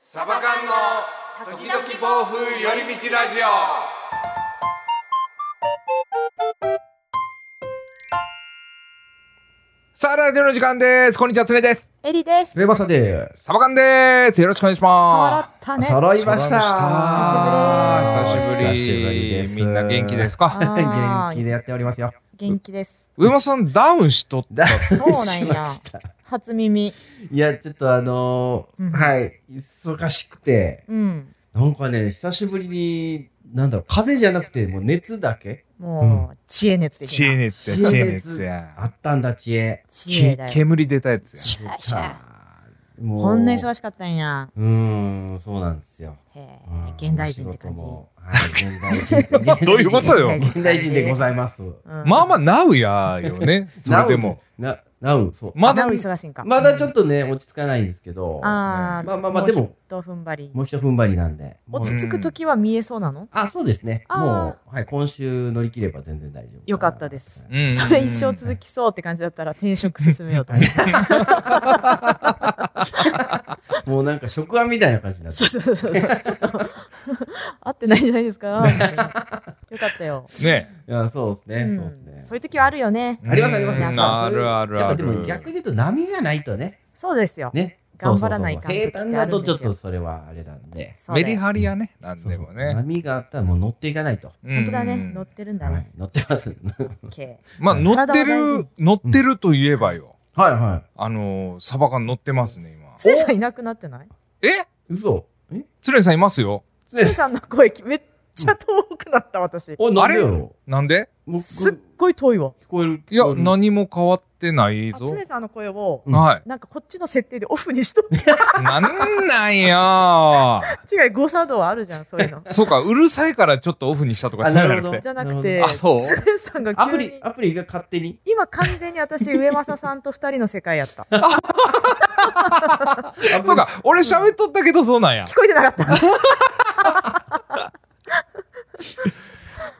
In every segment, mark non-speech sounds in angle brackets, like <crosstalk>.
サバ缶の時々暴風寄り道ラジオさあ、ラジオの時間です。こんにちは、つねです。エリです。レバさでサバカンです。よろしくお願いし触まったね。す。揃いました。す。揃久しぶりです。みんな元気ですかあー <laughs> 元気でやっておりますよ。。元気です。上間さん、ダウンしとった。そうなんや <laughs> した初耳。いや、ちょっとあのーうんはい、忙しくて、うん。なんかね、久しぶりに、なんだろう、風邪じゃなくて、もう熱だけもう、知恵熱的な。知恵熱や、知恵熱あや。ったんだ、知恵。知恵けだよ。煙出たやつや。シュワシュワもう。こんなし忙しかったんや。うーん、そうなんですよ。へえうん、現代人って感じ仕事。もはい、現代 <laughs> 人。どういうことよ現代人でございます。うんまあまあ、ナウやよね。それでも。な、なう、そう。まだなお、忙しいんか。まだちょっとね、落ち着かないんですけど、まああーまあまあ、で。も、と踏ん張り。もう一踏ん張りなんで。もう落ち着く時は見えそうなのあ、そうですね。あーもう、はい、今週乗り切れば全然大丈夫。よかったです。うんそれ一生続きそうって感じだったら転職進めようと思って。もうなんか食案みたいな感じになってそ。うそうそうそう。ちょっと <laughs> 合ってないじゃないですか。みたいなよかったよ。ね。いや、そうですね。そううんですそういうね。時はあるよね。ありますありますうんあるあるやあっぱでもる。逆に言うと波がないとね。そうですよ。ね。頑張らないそうそうそう感平覚坦ってあだるとんでちすょよっとそれはあれなんで。そうメだよリハリやね。なんそうでそうもね。波があったらもう乗っていかないと。うん本当だね。乗ってるんだはね。い乗って <laughs> ます。 OK まあ、乗って体は大る事、乗ってると言えばよ。はいはあのー、サバカン乗ってますね、今。つえさんいなくなってないえい。嘘えつれさんいますよ。つえさんの声めっちゃ遠くなった私。お、なんでやろなんで僕すっごい遠いわ。聞こえる。いや、聞こ何も変わってないぞ。つえさんの声をうんはなんかこっちの設定でオフにしとってい。なんなんよ違い誤作動あるじゃんそういうの。そうか、うるさいからちょっとオフにしたとかあそういうのなるじゃほなどくて。じゃほなくてなるどあそうつえさんがえるアプ急リに、アプリが勝手に。今完全に私上政さんと二人の世界やった。聞 <laughs> そうか、俺喋っとったけどそうなんや。こえてなかった。ね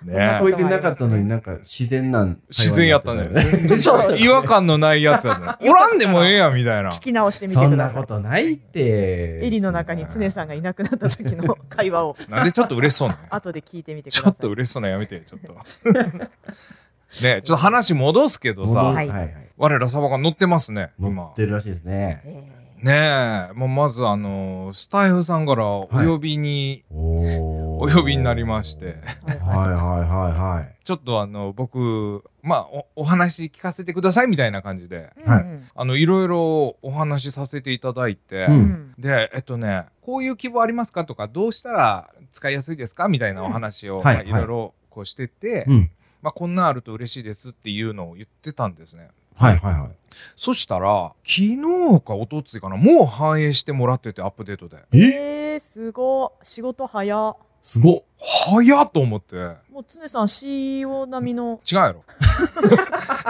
聞こえてなかったのになんか自然なん。自然やったね。ちちょょっっとと違和感のないやつやね。おらんでもええや、みたいな。聞き直してみてそくだんなさこい。とないって。エリの中につねさんがいなくなった時の会話をなんでちょっと嬉しそうなんや。後で聞いてみてくだちさょいっ。と嬉しそうなんやめて、ちょっと。 <laughs> ねちょっと話戻すけど戻るはさ、いはい。我らサバが乗ってますね、乗今っ。てるらしいですね。えーねえ、もうまずあのー、スタイフさんからお呼びに、おお呼びになりまして。はいはいはちょっとあの、僕、まあお、お話聞かせてくださいみたいな感じで、はいうんあの、いろいろお話しさせていただいて、ううんんで、えっとね、こういう希望ありますかとか、どうしたら使いやすいですかみたいなお話を、うんまあはいいろいろこうしてて、いはい。うん。まあ、こんなあると嬉しいですっていうのを言ってたんですね。はいはいはそしたら、昨日か一昨日かな、もう反映してもらってて、アップデートで。い。ええー、すごい仕事早もすごっ。早っと思って。う常さん CEO 並みの違う <laughs> やろ。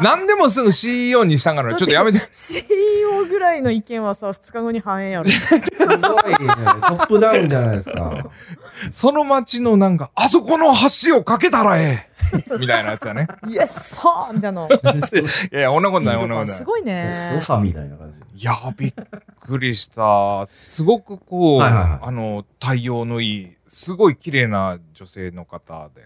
何でもすぐ CEO にしたんから、ちょっとやめて。 CEO ぐらいの意見はさ2日後に反映やろす <laughs> ごいね。トップダウンじゃないですか。その町のなんか、あそこの橋を架けたらえ <laughs> えみたいなやつやね。イエッサーみたいないやいや、おんなことない、スおんなこピード感とないす。ごいね良さみたいな感じ。いや、びっくりした。すごくこう、はいはいはいあの、対応のいい、すごい綺麗な女性の方で。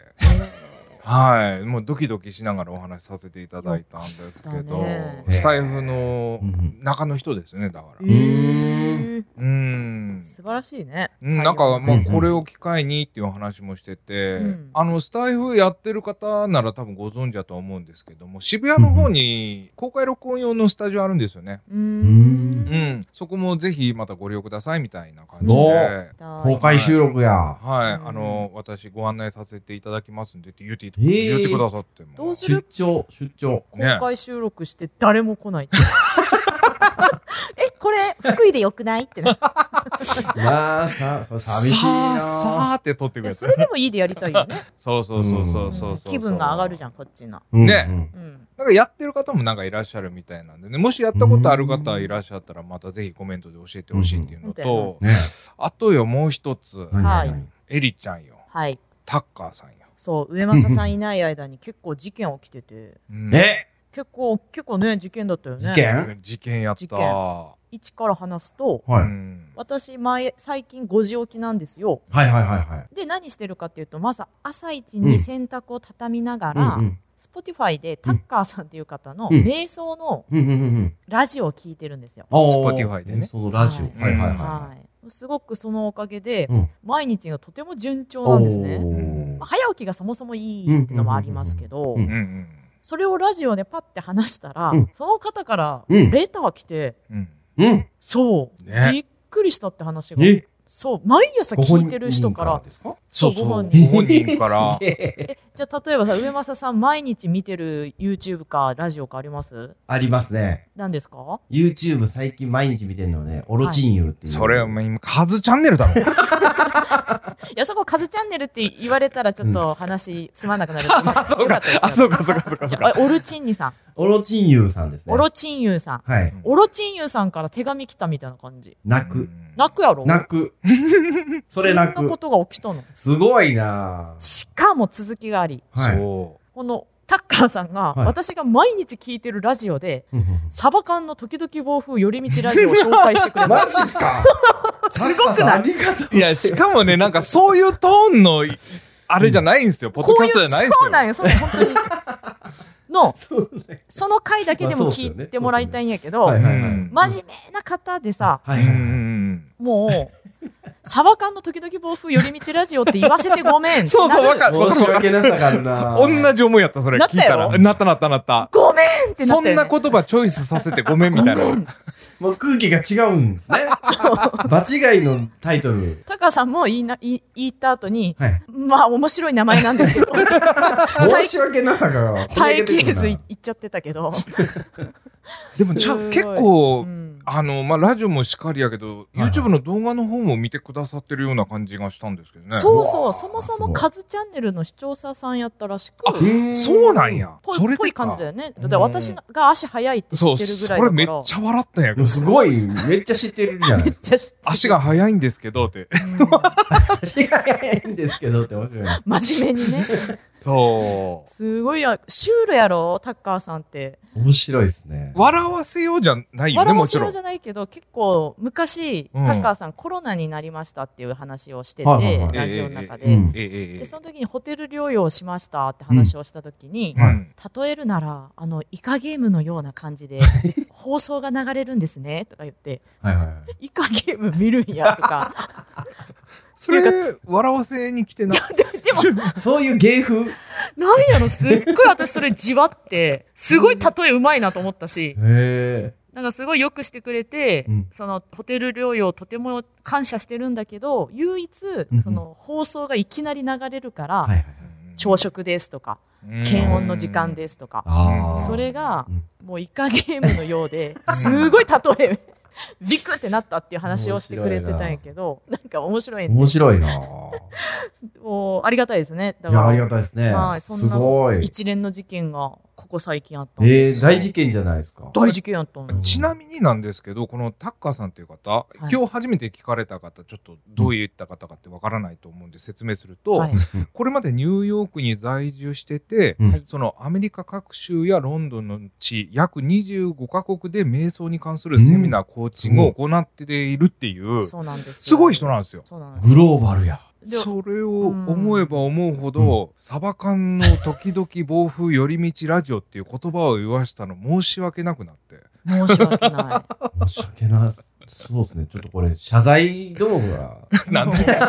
はい。もうドキドキしながらお話しさせていただいたんですけよどかったね、スタイフのうん中の人ですね、だからえ。ー、うん。素晴らしいねうん、なんか、まあ、うんこれを機会にっていう話もしてて、うんあの、スタイフやってる方なら多分ご存知だと思うんですけども、渋谷の方に公開録音用のスタジオあるんですよね。うーうん。うんん。そこもぜひまたご利用くださいみたいな感じおでー。公開収録や。はい、うんあの、私ご案内させていただきますんでって言って、えー言ってくださっても。どうす出る張、出張。公開収録して誰も来ないってえこれ福井でよくないってないいやー、さ、そう寂しいさあ、なさあって撮ってくやれそた。れでもいいでやりたいよね、そうそうそうそうそううんそう。気分が上がるじゃんこっちの、うんねうんうん、なんかやってる方もなんかいらっしゃるみたいなんでね、もしやったことある方いらっしゃったら、またぜひコメントで教えてほしいっていうのと、ねあとよ、もう一つ、何何は何エリちゃんよ、はいタッカーさんよ。そう上政さんいない間に結構事件起きててうんえ結構結構ね事件だったよね事件事件やった事件。一から話すと、はうい。ん私前、最近5時起きなんですよ。はいはいはいはい。で、何してるかっていうと、まず朝一うにん洗濯を畳みながうんら、うん Spotify でタッカーさんっていう方のうん瞑想のうんうんうんうん。ラジオを聞いてるんですよ。あー Spotify でねそのラジはいオ。はいはいはいははい。すごくそのおかげでい。、うん。毎日がとても順調なんですね。おーまあ早起きがそもそもいいってのもありますけどうんうんうんうんう、んうんうんそれをラジオでパッて話したらうん、その方からうんレター来て、うんうん。そう、ねびっくりしたって話が。えそう、毎朝聞いてる人から、ですかそうご本人。ご本人 <laughs> からすげえ <laughs> え、じゃあ例えばさ、上政さん毎日見てる YouTube かラジオかありますありますね。何ですか YouTube 最近毎日見てるのね、オロチンユーっていう。それはもう今カズチャンネルだろいや、そこ、カズチャンネルって言われたらちょっと話つまんなく <laughs> なると思う。あそうか <laughs> あそうかそうかそうかじそうゃあかオルチンニさん、オロチンユーさんですね。オロチンユーさん。はい。オロチンユーさんから手紙来たみたいな感じ。泣うく。ん泣くやろ <laughs> 泣く。それ泣そんなこく。とが起きたの。すごいなぁしかも続きがあり、はい。そこのタッカーさんが、はい私が毎日聞いてるラジオで、うんうんうんサバ缶の時々暴風寄り道ラジオを紹介してくれた。マジっす <laughs> かすごくありがとう。ういやしかもねなんかそういうトーンのあれじゃないんですよポッドこキういャストう、じゃないんでそうなんよ、そう本当に。の、 <laughs> そうね。その回だけでまもあそうっす聞よねいてもらいたいんやけど、はいはいはい。うん真面目な方でさ、はすいようはんうんいはうんもう、サバ缶の時々暴風寄り道ラジオって言わせてごめん。そうそうなわるかるわい。か申るしわかる訳なさがあるなぁ同じ思いやったそれなっ聞いたたやろらなったなったなったごめんってなそったんよ、ね。な言葉チョイスさせてごめんみたい <laughs> なもう空気が違うんです <laughs> ね。場違いのタイトル。タカさんも言いな、言い言った後に、はい。まあ面白い名前な <laughs> んですよ。申し訳なさが。耐えきれずい言っちゃってたけど。でもじゃあすごい結構うんあのまあラジオもしかりやけどいはい YouTube の動画の方も見てくださってるような感じがしたんですけどねそううそう、わーそもそすごもいカズチャンネルの視聴者さんやったらしく、そうなんやぽそれいでぽい感かじだよね。だって私が足早いって知そうってるぐらいそだれから。めっちゃ笑ったんや <laughs> けどすごい、めっちゃ知ってるじゃないですめっちゃ知ってる足が速いんですけどってか。足が早いんですけどって面白いな。うん真面目にね。そすごいや、シュールやろ、タッカーさんって。面白いですねう。笑わせようじゃないよね笑もわちせろんようじゃないけど、結構昔、タうんッカーさんコロナになりましたっていう話をしてはいはいては、いラジオの中ええうでん。えええええで、その時にホテル療養しましたって話をした時に、えうん例えるなら、あの、イカゲームのような感じ <laughs> で、放送が流れるんですね、とか言って、はいはいはい。イカゲーム見るんや、と <laughs> か。 <laughs> それ笑わせに来てないやででも、そういう芸風。へなんやろ、すっごい私それじわって、すごい例えうまいなと思ったし、え。なんかすごいよくしてくれて、うんそのホテル療養とても感謝してるんだけど、唯一うんうん、その放送がいきなり流れるから、はいはい。朝食ですとか、検温の時間ですとか、ああ。それがうん、もうイカゲームのようで、すごい例え、ビクってなったっていう話をしてくれてたんやけど、なんか面白い、面白いなぁ。もうありがたいですね。だいや、あかりら、がたいですねは。いそんなすごい。一連の事件がここ最近あったんえでえ、すよ。大事件じゃないですか。大事件やったのよ。ちなみになんですけどこのタッカーさんという方、い今日初めて聞かれた方ちょっとどういった方かってわからないと思うんで説明すると、はいこれまでニューヨークに在住してて、うんはいそのアメリカ各州やロンドンの地約25カ国で瞑想に関するセミナー、コーチングを行っているっていうそうなんですよ。すごい人なんですよ。そうなんですグローバルや。でそれを思えば思うほど、サバ缶の時々暴風寄り道ラジオっていう言葉を言わしたの申し訳なくなって。申し訳な申し訳ない。そうですね。ちょっとこれ、謝罪どう <laughs> が。い。なんでもう謝罪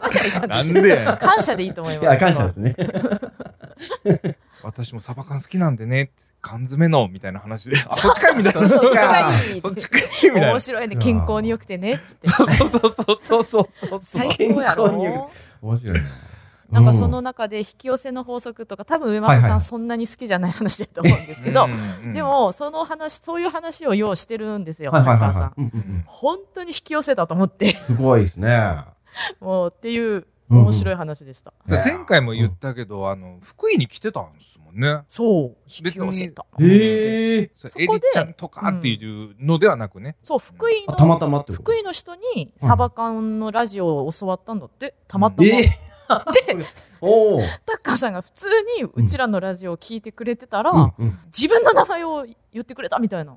まではいか <laughs> なないんで感謝でいいと思いいまや、す。感謝ですね。私もサバ缶好きなんでねって缶詰のみたいな話で、あ、そっちかいみたいな。そっちかそっちかいみたいな面。白いね。健康に良くてね。そうそうそうそうそうそう。最高や健康に良ろ。面白いな。なんかその中で引き寄せの法則とか、多分上松はいさはいんそんなに好きじゃない話だと思うんですけど、うんで、も、その話、そういう話をようしてるんですうよ、ん、はいはいタはカいさはん。い。うんうんうん本当に引き寄せたと思って、 <laughs> すごいですね。もうっていううんうん面白い話でした。うん前回も言ったけど、あの、福井に来てたんですもんね。そう、引き寄せた。へえ。そそこれでエリちゃんとかっていうのではなくね。そう、福井あたのまたまってこと福井の人にサバ缶のラジオを教わったんだって、たまたま。ええ。 <laughs> で、おお。タッカーさんが普通にうちらのラジオを聞いてくれてたら、うんうん自分の名前を言ってくれたみたいな。は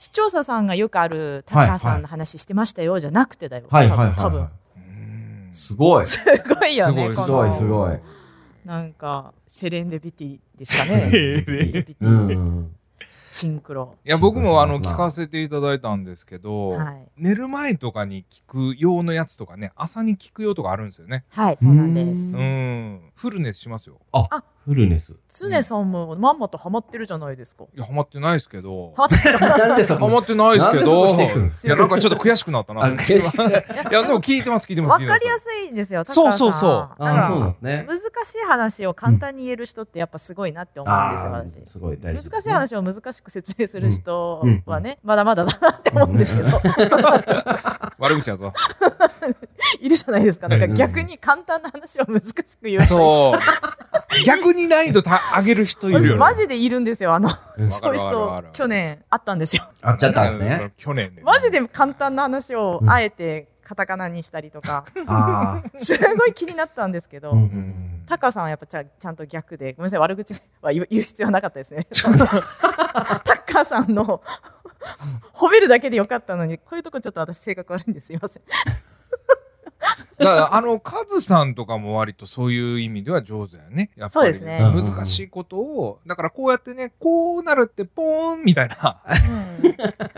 視聴者さんがよくあるタカさんの話してましたよ、じゃなくてだよ。はいはい多分はうんい。すごい。すすごいよね。すこのごいすごい。なんか、セレンディビティです <laughs> かセレね。ンディビうん。シンクロ。いや僕もあのそうそうそう聞かせていただいたんですけど、はい。寝る前とかに聞く用のやつとかね朝に聞く用とかあるんですよねはい、そうなんですうう。んフルネスしますよフルネス。 <laughs> 常さんもまんまとハマってるじゃないですか。いやハマってないですけどハマってる。なんでそハこマってないですけどなんでそこ指摘いやなんかちょっと悔しくなったなあ、と思って決して。いやでも聞いてます聞いてます <laughs> わ聞いてかますりやすいんですよ。そうそう高橋そうさんだから <laughs> あ、そうなんですね。難しい話を簡単に言える人ってやっぱすごいなって思うんですよ、あ私ー。すごい大事ですね。難しい話を難しく説明する人はね、まだまだだなって思うんですけど、悪口だといるじゃないですか。なんかうん逆に簡単な話を難しく言う。そう逆に難易度た上げる人いるよ私ねマジでいるんですよ。あの、うんそういわうかるわかるわか人る、去年あったんですよ。あっちゃったんですね。去年ねマジで簡単な話をうんあえてカタカナにしたりと <laughs> か、あすごい気になったんですけあ。ど、うんううんんタカさんはやっぱちゃちゃんと逆で、ごめんなさい、悪口は言う <laughs> 言う必要はなかったですね。ちゃんと <laughs> タカさん <laughs> の褒めるだけでよかったのに、こういうとこちょっと私性格悪いんです。すいま <laughs> せん。だからあのカズさんとかも割とそういう意味では上手だよねやっぱりそうですねうん難しいことをだからこうやってねこうなるってポーンみたい <laughs> な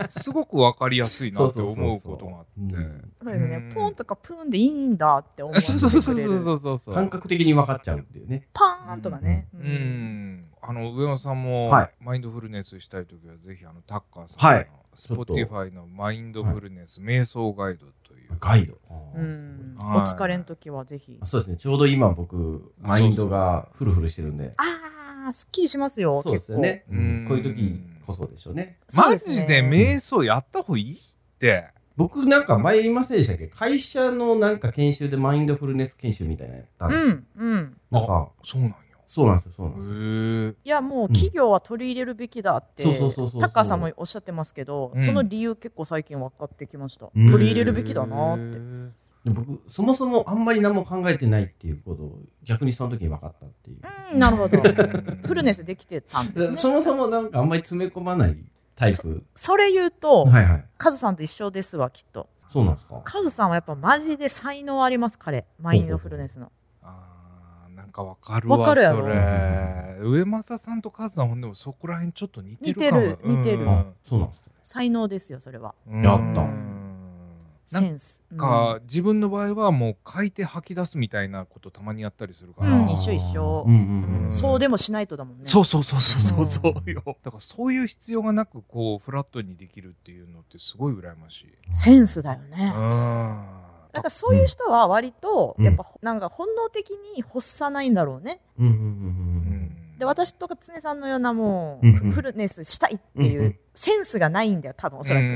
すごくわかりやすいなって思うことがあってそうそうそうですね、ポンととかプーンでいいんだって思わそうそうそうそせてくれうる。そうそうそう感覚的に分かっちゃうっていうね。パーンとかね。ううんんあの上野さんもはいマインドフルネスしたいときはぜひあのタッカーさんの、はいスポティファイのマインドフルネス瞑想ガイドというガイド。あうーすごいんなはいお疲れの時はぜひあ。そうですね。ちょうど今僕、マインドがフルフルしてるんで。ああ、すっきりしますよ。そうですよね。ううんんこういう時こそでしょうね。結構。マジで瞑想やった方がいいって僕なんか前言いませんでしたっけ会社のなんか研修でマインドフルネス研修みたいなのやったんうですよ。ん、うん。なんか、そうなんやそうなんですよ、そうなんですよ。へえいやもううん企業は取り入れるべきだって、そうそうそうそうタッカーさんもおっしゃってますけど、うんその理由結構最近分かってきました、うん取り入れるべきだなって、てで僕、そもそもあんまり何も考えてないっていうことを逆にその時に分かったっていう。うんなる <laughs> ほどフルネスできてたんですでねそもそもなんかあんまり詰め込まないタイプ。それ言うと、はいはい。カズさんと一緒ですわきっとそうなんですか。カズさんはやっぱマジで才能あります彼マインドフルネスのあーなんかわかるわわかるやろそれ上政さんとカズさんほんでもそこら辺ちょっと似てるかも似てる似てるあ、そうなんですか。才能ですよそれはうんやったなセんンスか自分の場合はもう書いて吐き出すみたいなことたまにやったりするかうら、ん一緒一緒うんうんううんん。そうでもしないとだもんねそうそうそうそうそううんよだからそういう必要がなくこうフラットにできるっていうのってすごい羨ましい、センスだよね、うんなんかそういう人は割と、うんやっぱ、なんか本能的に欲さないんだろうね。うんうんうんで、私とか常さんのようなもう、うんうんフフルネスしたいっていうんううんセンスがないんだよ、多分おそらうんうく。ん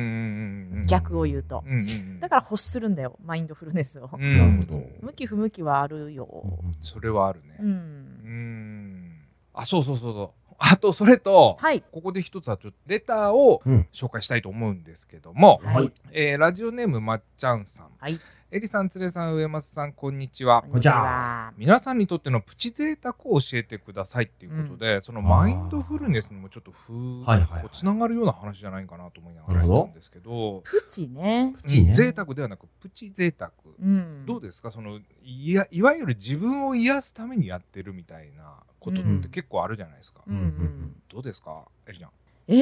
うんうん逆を言うと。うんうんうんだから欲するんだよ、マインドフルネスを。うんうんうん。なるほど。向き不向きはあるうんよ。うんそれはあるねう。うんーんあそうそうそうそうあとそれと、はい。ここで一つはちょっとレターをうん紹介したいと思うんですけども、はい。えーラジオネームまっちゃんさん、はいえりさんつれさん上松さんこんにちはこんにちはは。皆さんにとってのプチ贅沢を教えてくださいっていうことで、そのマインドフルネスにもちょっとふーはいはいはいこうつながるような話じゃないかなと思いながらなるほやどったんですけどプチね。プチね。贅沢ではなくプチ贅沢、うん。どうですかそのいやいわゆる自分を癒すためにやってるみたいなことっうんて結構あるじゃないですか、うんうん。どうですかエリちゃんえ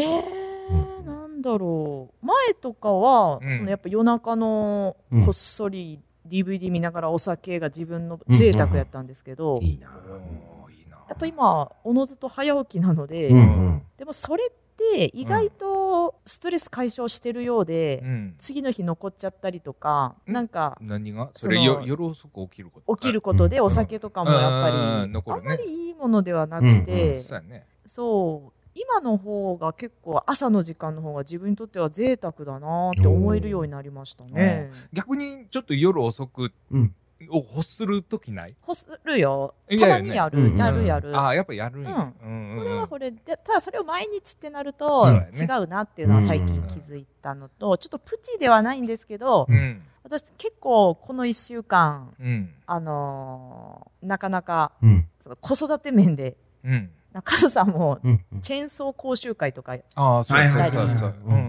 ー、なんだろう。前とかは、うんそのやっぱ夜中のうんこっそり DVD 見ながらお酒が自分の贅沢やったんですけど、いいな。おーいいなやっぱ今おのずと早起きなので、うんうん。でもそれって意外とストレス解消してるようで、うん次の日残っちゃったりとか、うんなんか何がそそのれよ夜遅く起きること起きることでうんお酒とかもやっぱり、うんうんあ残るんねまりいいものではなくて、うんうんそうやねそう今の方が結構朝の時間の方が自分にとっては贅沢だなって思えるようになりましたね。逆にちょっと夜遅くうんを欲する時ないほするよいたやまいやにねやる、うんうんやるやる。ああやっぱやるんやうんうこんれうはんこれでただそれを毎日ってなるとそうだよね違うなっていうのは最近気づいたのとちょっとプチではないんですけどうん私結構この1週間うんあのーなかなかうんその子育て面でうんなんかカズさんもうんうん。チェーンソー講習会とかああそうそうはいそはういそううんうんう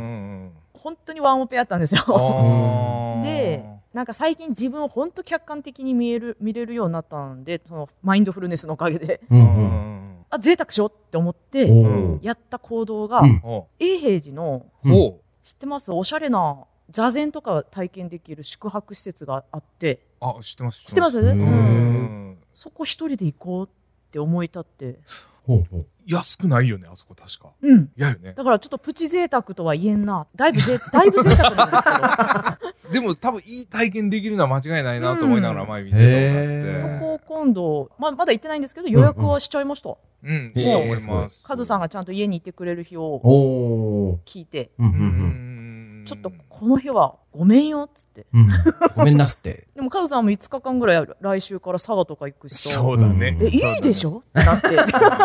ん本当にワンオペやったんですよ。あーで <laughs> なんか最近自分を本当客観的に見える見れるようになったんでそのマインドフルネスのおかげでううんんあ贅沢しようって思っうてん。おーやった行動が、うんお永平寺のうんお知ってますおしゃれな座禅とか体験できる宿泊施設があってあ知ってます知ってます、ううんん、うんそこ一人で行こうって思い立ってほうほう。安くないよねあそこ確かうんいやよねだからちょっとプチ贅沢とは言えんなだいぶぜだいぶ贅沢なんですけでも多分いい体験できるのは間違いないなと思いながらうん前見てたんだへどーってそこを今度ままだ行ってないんですけど予約をしちゃいました、うんへーそう思いますカズさんがちゃんと家にいてくれる日をおー。聞いてうんうんうんうんちょっとこの日はごめんよっつってうんうん。ごめんなすって。でもカズさんも5日間ぐらい来週から佐賀とか行くしそうだねうんえいいでしょってなって <laughs>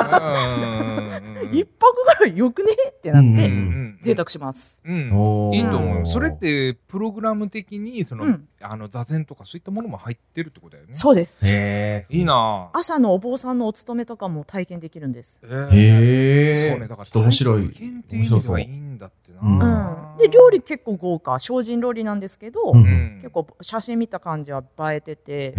一一泊ぐらいよくねってなっうてん贅沢します。うんおーいいと思うよそれっ。てプログラム的にその、うんあの座禅とかそういったものも入ってるってことだよねそうです。へえ。いい。なぁ朝のお坊さんのお勤めとかも体験できるんです。えへえ。そうねだからちょっと面白い。体験っていう意味ではいいんだって面う。なんで料理結構豪華、精進料理なんですけど、うんうん結構写真見た感じは映えてて、へ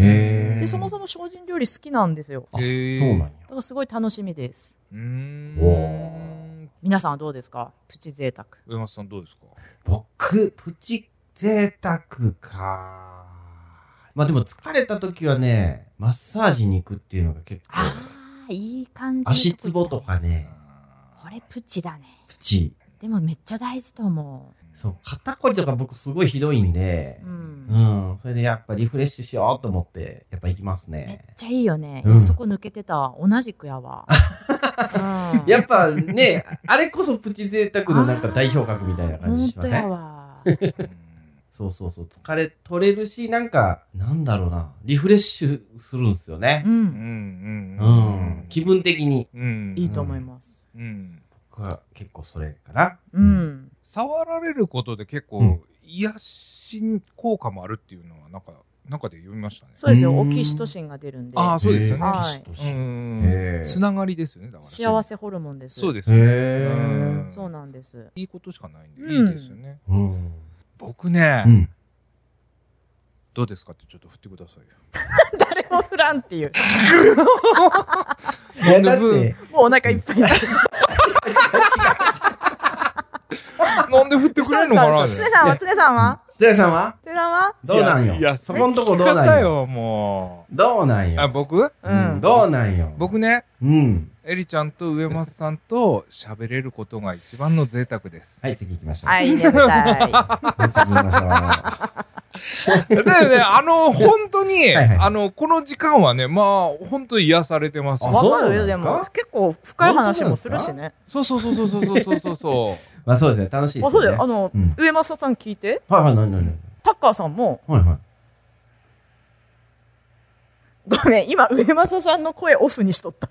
えで。そもそも精進料理好きなんですよ。だへーそうなんや。からすごい楽しみです。うーんお皆さんはどうですか？プチ贅沢。上松さんどうですか僕、プチ贅沢か。まあでも疲れた時はね、マッサージに行くっていうのが結構、あーいい感じ。足つぼと。かね、これプチだね。プチ。でもめっちゃ大事と思そう、肩こりとか僕すごいひどいんでう。う、。うんん、それでやっぱリフレッシュしようと思って、やっぱ行きますめっね。ちゃいいよね。うんそこ抜けてた。同じくや <laughs> わ。うんやっぱね、あれこそプチ贅沢のなんか代表格みたいな感じしません本そうそうそう、疲れ取れるし、なんか、なんだろうな、リフレッシュするんですよね当やうわ。う。んん、うんう、うん気分的に。うんいいと思います。うん僕は結構それかな。うん、触られることで結うん構癒し効果もあるっていうのはなんか中で読みましたねそうですよ。うオんキシトシンが出るんで、ああそうですよねはいうんつながりですよねだから幸せホルモンです。そうでですよねへうんそうなんです。いいことしかないんで、うんいいですよね。うん。僕ね、うん。どうですかってちょっと振ってくださいよ。誰もフランっていう。いや、だだっってて、違もうお腹いっぱい。なんで振ってくれるのかなつねさんはつねさんはう。つやさんはつねさんは？どうなんよ。いやそこんとこどう聞なかんたよ。よ、もどうなんう。あ、よ。僕ううんん。どうなんよ。僕ね、うん。エリちゃんと上松さんと喋れることが一番の贅沢です。はい、次行きましょう。はいいねみたい。次行きましょう。はだよね、あの、本当に、はいはいあの、この時間はね、まあ、本当に癒されてます。あそうわかるよでそうなんもです結構深い話もするし本ね。そうそうそうそうそうそうそうそう。いまあそうですね、楽しいですあそよね。うだよ。あの、うん上松さん聞いて、はいはい、なになになにタッカーさんもはいはい。ごめん、今、上政さんの声オフにしと <laughs> った。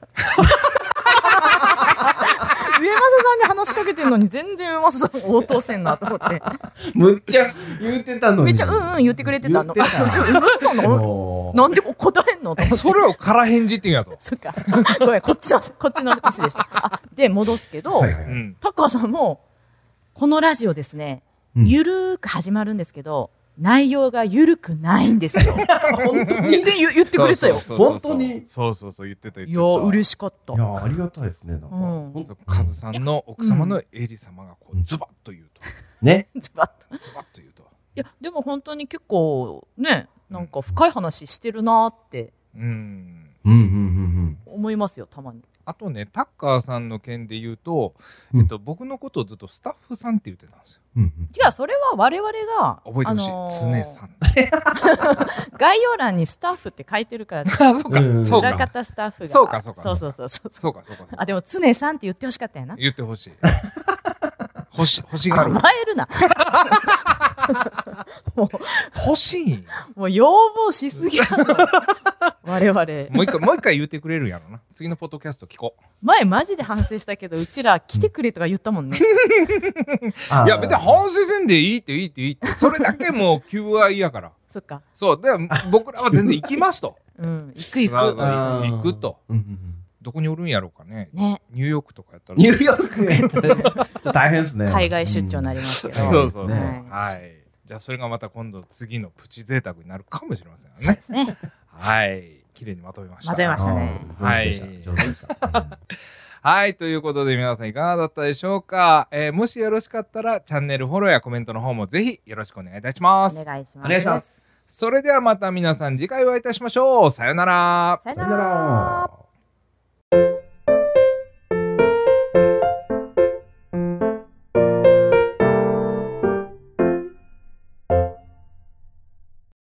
上政さんに話しかけてるのに、全然上政さん応答せんなと思って。むっちゃ言うてたのに。めっちゃ、うんうん言ってくれてたの。言って <laughs> たうんどうしたのもうなんで答えんのと思っ <laughs> て。それを空返事って言うんやと。そっか。ごめん、こっちの、こっちのミスでした。あ、で、戻すけどはい、はういん。タカさんも、このラジオですね、うんゆるーく始まるんですけど、内容がゆるくないんです <laughs> よ。本当に。言いって、言ってくれたよ。そうそうそうそう本当にそうそうそう、言ってた言っていやた。ー、嬉しかった。 <laughs> や、ありがたいですね。なんかうんほんそうとカズさんの奥様のエリ様がこううんズバッと言うと、ね。ズバッとズバッと言うと。いやでも本当に結構ねなんか深い話してるなーってうん。うんうんうん思いますよたまにあとね、タッカーさんの件で言うと、うんえっと、僕のことをずっとスタッフさんって言ってたんですよ。うん。うん違うそれは我々が覚えてほしい。あのー常さん。概要欄にスタッフって書いてるからあ、そううんうんか、そう裏か。方スタッフがそうかそうかそうそうそうそうそうか、そうか。そうかあでも常さんって言ってほしかったよな言ってほしい。 <laughs> 欲し、欲しがる甘。えるなも欲しい。うもう要望しす <laughs> ぎなの我々もう一回、もう一回言ってくれるやろな。次のポッドキャスト聞こ前マジで反省したけどうちら来てくれとか言ったもんねあう。ーいや、別に反省せんでいいっていいっていいって。それだけもう求愛やから。そっかそう。で、僕らは全然行きますと。うん行く行わくざわざ行くと。うんうんうんどこにおるんやろうかねね、ニューヨークとかやったらニューヨークへ行ったらちょっと大変ですね。海外出張になりますけど。うんそうそうそうねはいじゃあそれがまた今度次のプチ贅沢になるかもしれませんよそうねですね。はい綺麗にまとめましたまとめままししたたねね。はい上手でした。はい。ということで皆さんいかがだったでしょうか、えーもしよろしかったらチャンネルフォローやコメントの方もぜひよろしくお願いいたしますお。願いします。お願いします。それではまた皆さん次回お会いいたしましょう。さようなら。さよさなよなら。ら。